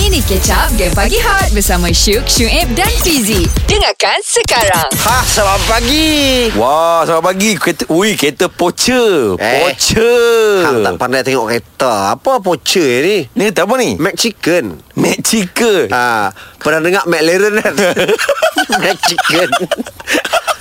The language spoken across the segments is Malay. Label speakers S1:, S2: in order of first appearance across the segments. S1: Mari catch up Game Pagi Hot Bersama Syuk, Syuib dan Fizi Dengarkan sekarang
S2: Ha, selamat pagi.
S3: Wah, selamat pagi. Kereta, ui, kereta
S2: Eh.
S3: pocha. Pocha.
S2: Hang tak pandai tengok kereta. Apa pocha ni?
S3: Ni kata apa ni?
S2: Mac chicken.
S3: Mac chicken.
S2: Ha, pernah dengar McLaren kan? Mac chicken.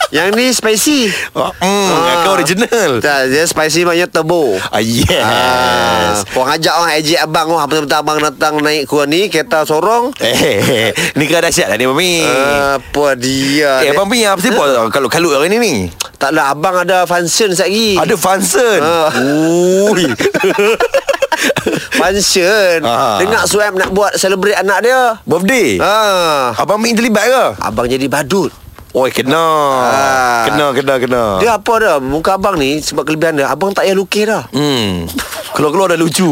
S2: Yang ni spicy.
S3: Ah, mm, kau original.
S2: Tak, dia spicy maknanya turbo. Ah,
S3: Ah, yes.
S2: korang ajak orang ejek abang orang Bentar-bentar abang datang naik kurang ni Kereta sorong
S3: Eh, ni kau dahsyat lah ni, Mami.
S2: Ah, Apa dia Ah.
S3: eh, Abang Mami, apa sebab tau kalut-kalut hari ni ni?
S2: Taklah abang ada function lagi
S3: Ada function.
S2: Ah.
S3: Ui.
S2: Function
S3: Ah.
S2: Dengar Suhaib nak buat Celebrate anak dia
S3: Birthday.
S2: Ah,
S3: Abang Mami terlibat ke?
S2: Abang jadi badut
S3: Oi, kena.
S2: Ah.
S3: Kena, kena, kena.
S2: Dia apa dah Muka abang ni Sebab kelebihan dia Abang tak payah lukis dah
S3: Hmm. Keluar-keluar dah lucu.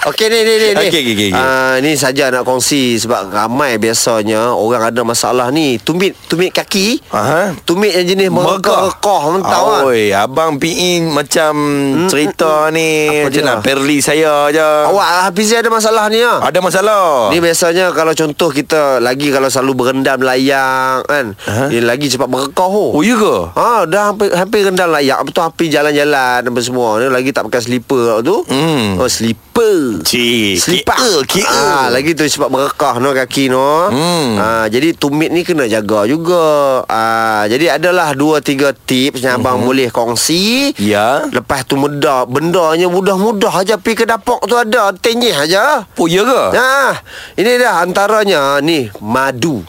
S2: Okey ni ni ni ni.
S3: Okey, okey, okey, okey.
S2: Ah, ni saja nak kongsi sebab ramai biasanya orang ada masalah ni tumit tumit kaki.
S3: Aha.
S2: Tumit yang jenis merekah-rekah mentau ah.
S3: Oi, abang PI macam cerita ni
S2: Apa
S3: macam
S2: dia?
S3: nak perli saya je.
S2: Awak Hafizi ada masalah ni ah.
S3: Ada masalah.
S2: Ni biasanya kalau contoh kita lagi kalau selalu berendam layang kan.
S3: Aha.
S2: Dia lagi cepat merekah oh.
S3: Oh, ya ke?
S2: Ha, dah hampir, hampir rendah layak Apa tu hampir jalan-jalan Apa semua Dia lagi tak pakai slipper tu
S3: Hmm.
S2: Oh slipper
S3: Cik,
S2: Selipat
S3: Eh, kira.
S2: ah, Lagi tu sebab merekah no kaki no
S3: Hmm.
S2: ah, Jadi tumit ni kena jaga juga ah, Jadi adalah dua tiga tips yang abang boleh kongsi
S3: Hmm. Ya.
S2: Lepas tu mudah Bendanya mudah-mudah aja Pergi ke dapur tu ada Tenyih aja
S3: Oh, ya ke?
S2: Nah, ini dah antaranya ni madu.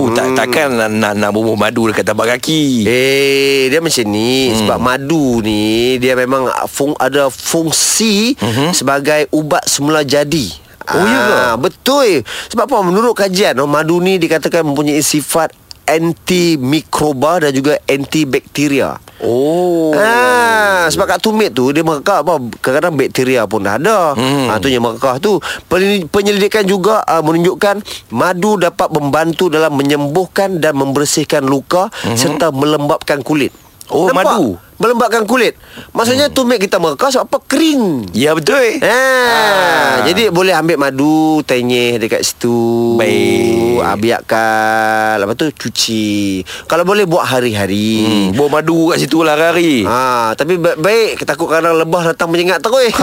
S3: Oh, tak, takkan nak, nak, nak bubuh madu dekat tapak kaki.
S2: Hmm. Eh, dia macam ni hmm. sebab madu ni dia memang fung, ada fungsi hmm. sebagai ubat semula jadi.
S3: Mhm. Oh, ya ke?
S2: Ah, Betul. Sebab apa? Menurut kajian, oh, madu ni dikatakan mempunyai sifat antimikroba dan juga antibakteria.
S3: Oh.
S2: Ah, sebab kat tumit tu dia merekah apa kadang-kadang bakteria pun dah ada. Hmm. Ah tu yang merekah tu. Pen- Penyelidikan juga ah, menunjukkan madu dapat membantu dalam menyembuhkan dan membersihkan luka hmm. serta melembapkan kulit.
S3: Mhm. Oh, madu.
S2: Melembapkan kulit. Maksudnya hmm. tumit kita merekah sebab apa kering.
S3: Ya, betul.
S2: Ha, ah. Jadi boleh ambil madu Tenyih dekat situ
S3: Baik.
S2: ah, Biarkan Lepas tu cuci Kalau boleh buat hari-hari hmm.
S3: Hmm, bubuh madu kat situ lah hari.
S2: Ha, tapi ba- baik takut kadang lebah datang menyengat terus. eh.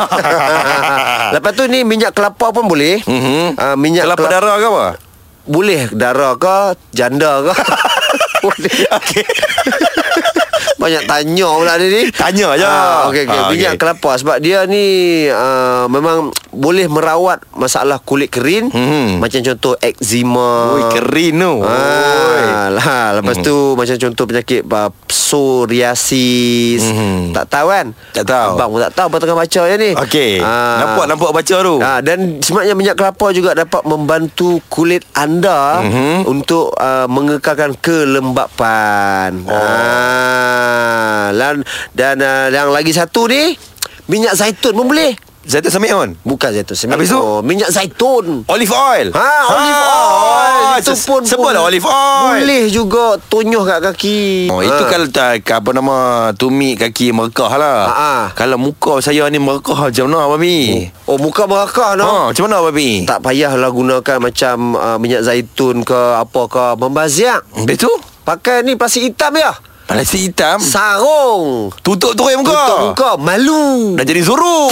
S2: Lepas tu ni minyak kelapa pun boleh.
S3: Mhm.
S2: Ha, minyak
S3: Kelapa
S2: kelapa
S3: darah ke apa?
S2: boleh darah ke, janda ke. boleh.
S3: Okey.
S2: Banyak tanya pula dia ni.
S3: Tanya je.
S2: Ah, okey okey
S3: Ah,
S2: minyak
S3: okey.
S2: kelapa sebab dia ni uh, memang boleh merawat masalah kulit kerin
S3: Mhm.
S2: macam contoh eczema.
S3: Oi, kerin tu.
S2: Oh.
S3: Oi. Mhm.
S2: Ah, lah, lepas tu macam contoh penyakit uh, psoriasis.
S3: Mhm.
S2: Tak tahu kan?
S3: Tak tahu.
S2: Abang pun tak tahu apa tengah baca je ni.
S3: Okey. Nampak nampak baca tu.
S2: Ah, dan sebenarnya minyak kelapa juga dapat membantu kulit anda mm-hmm.
S3: Mhm.
S2: untuk uh, mengekalkan kelembapan. Oh. Ah, dan dan uh, yang lagi satu ni minyak zaitun pun boleh.
S3: Saya tu sampai on.
S2: Bukan zaitun sebenarnya.
S3: Habis tu?
S2: Oh, minyak zaitun.
S3: Olive oil.
S2: Ha, olive oil Itu pun
S3: Sebelah
S2: boleh.
S3: ha, olive oil.
S2: Boleh juga Tonyoh kat kaki
S3: Oh, itu
S2: Ha.
S3: kalau tak apa nama tumit kaki merekah lah.
S2: Ha, ha.
S3: Kalau muka saya ni merekah macam mana babi?
S2: Oh muka merakah no?
S3: Ha, macam mana babi?
S2: Tak payahlah gunakan macam uh, Minyak zaitun ke Apa ke Membaziak
S3: Habis tu
S2: Pakai ni plastik hitam ya
S3: Plastik hitam
S2: Sarung
S3: Tutup terus muka
S2: Tutup muka Malu
S3: Dah jadi zuru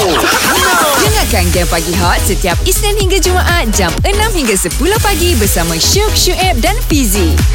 S1: Dengarkan Game Pagi Hot Setiap Isnin hingga Jumaat Jam 6 hingga 10 pagi Bersama Syuk, Syuib dan Fizi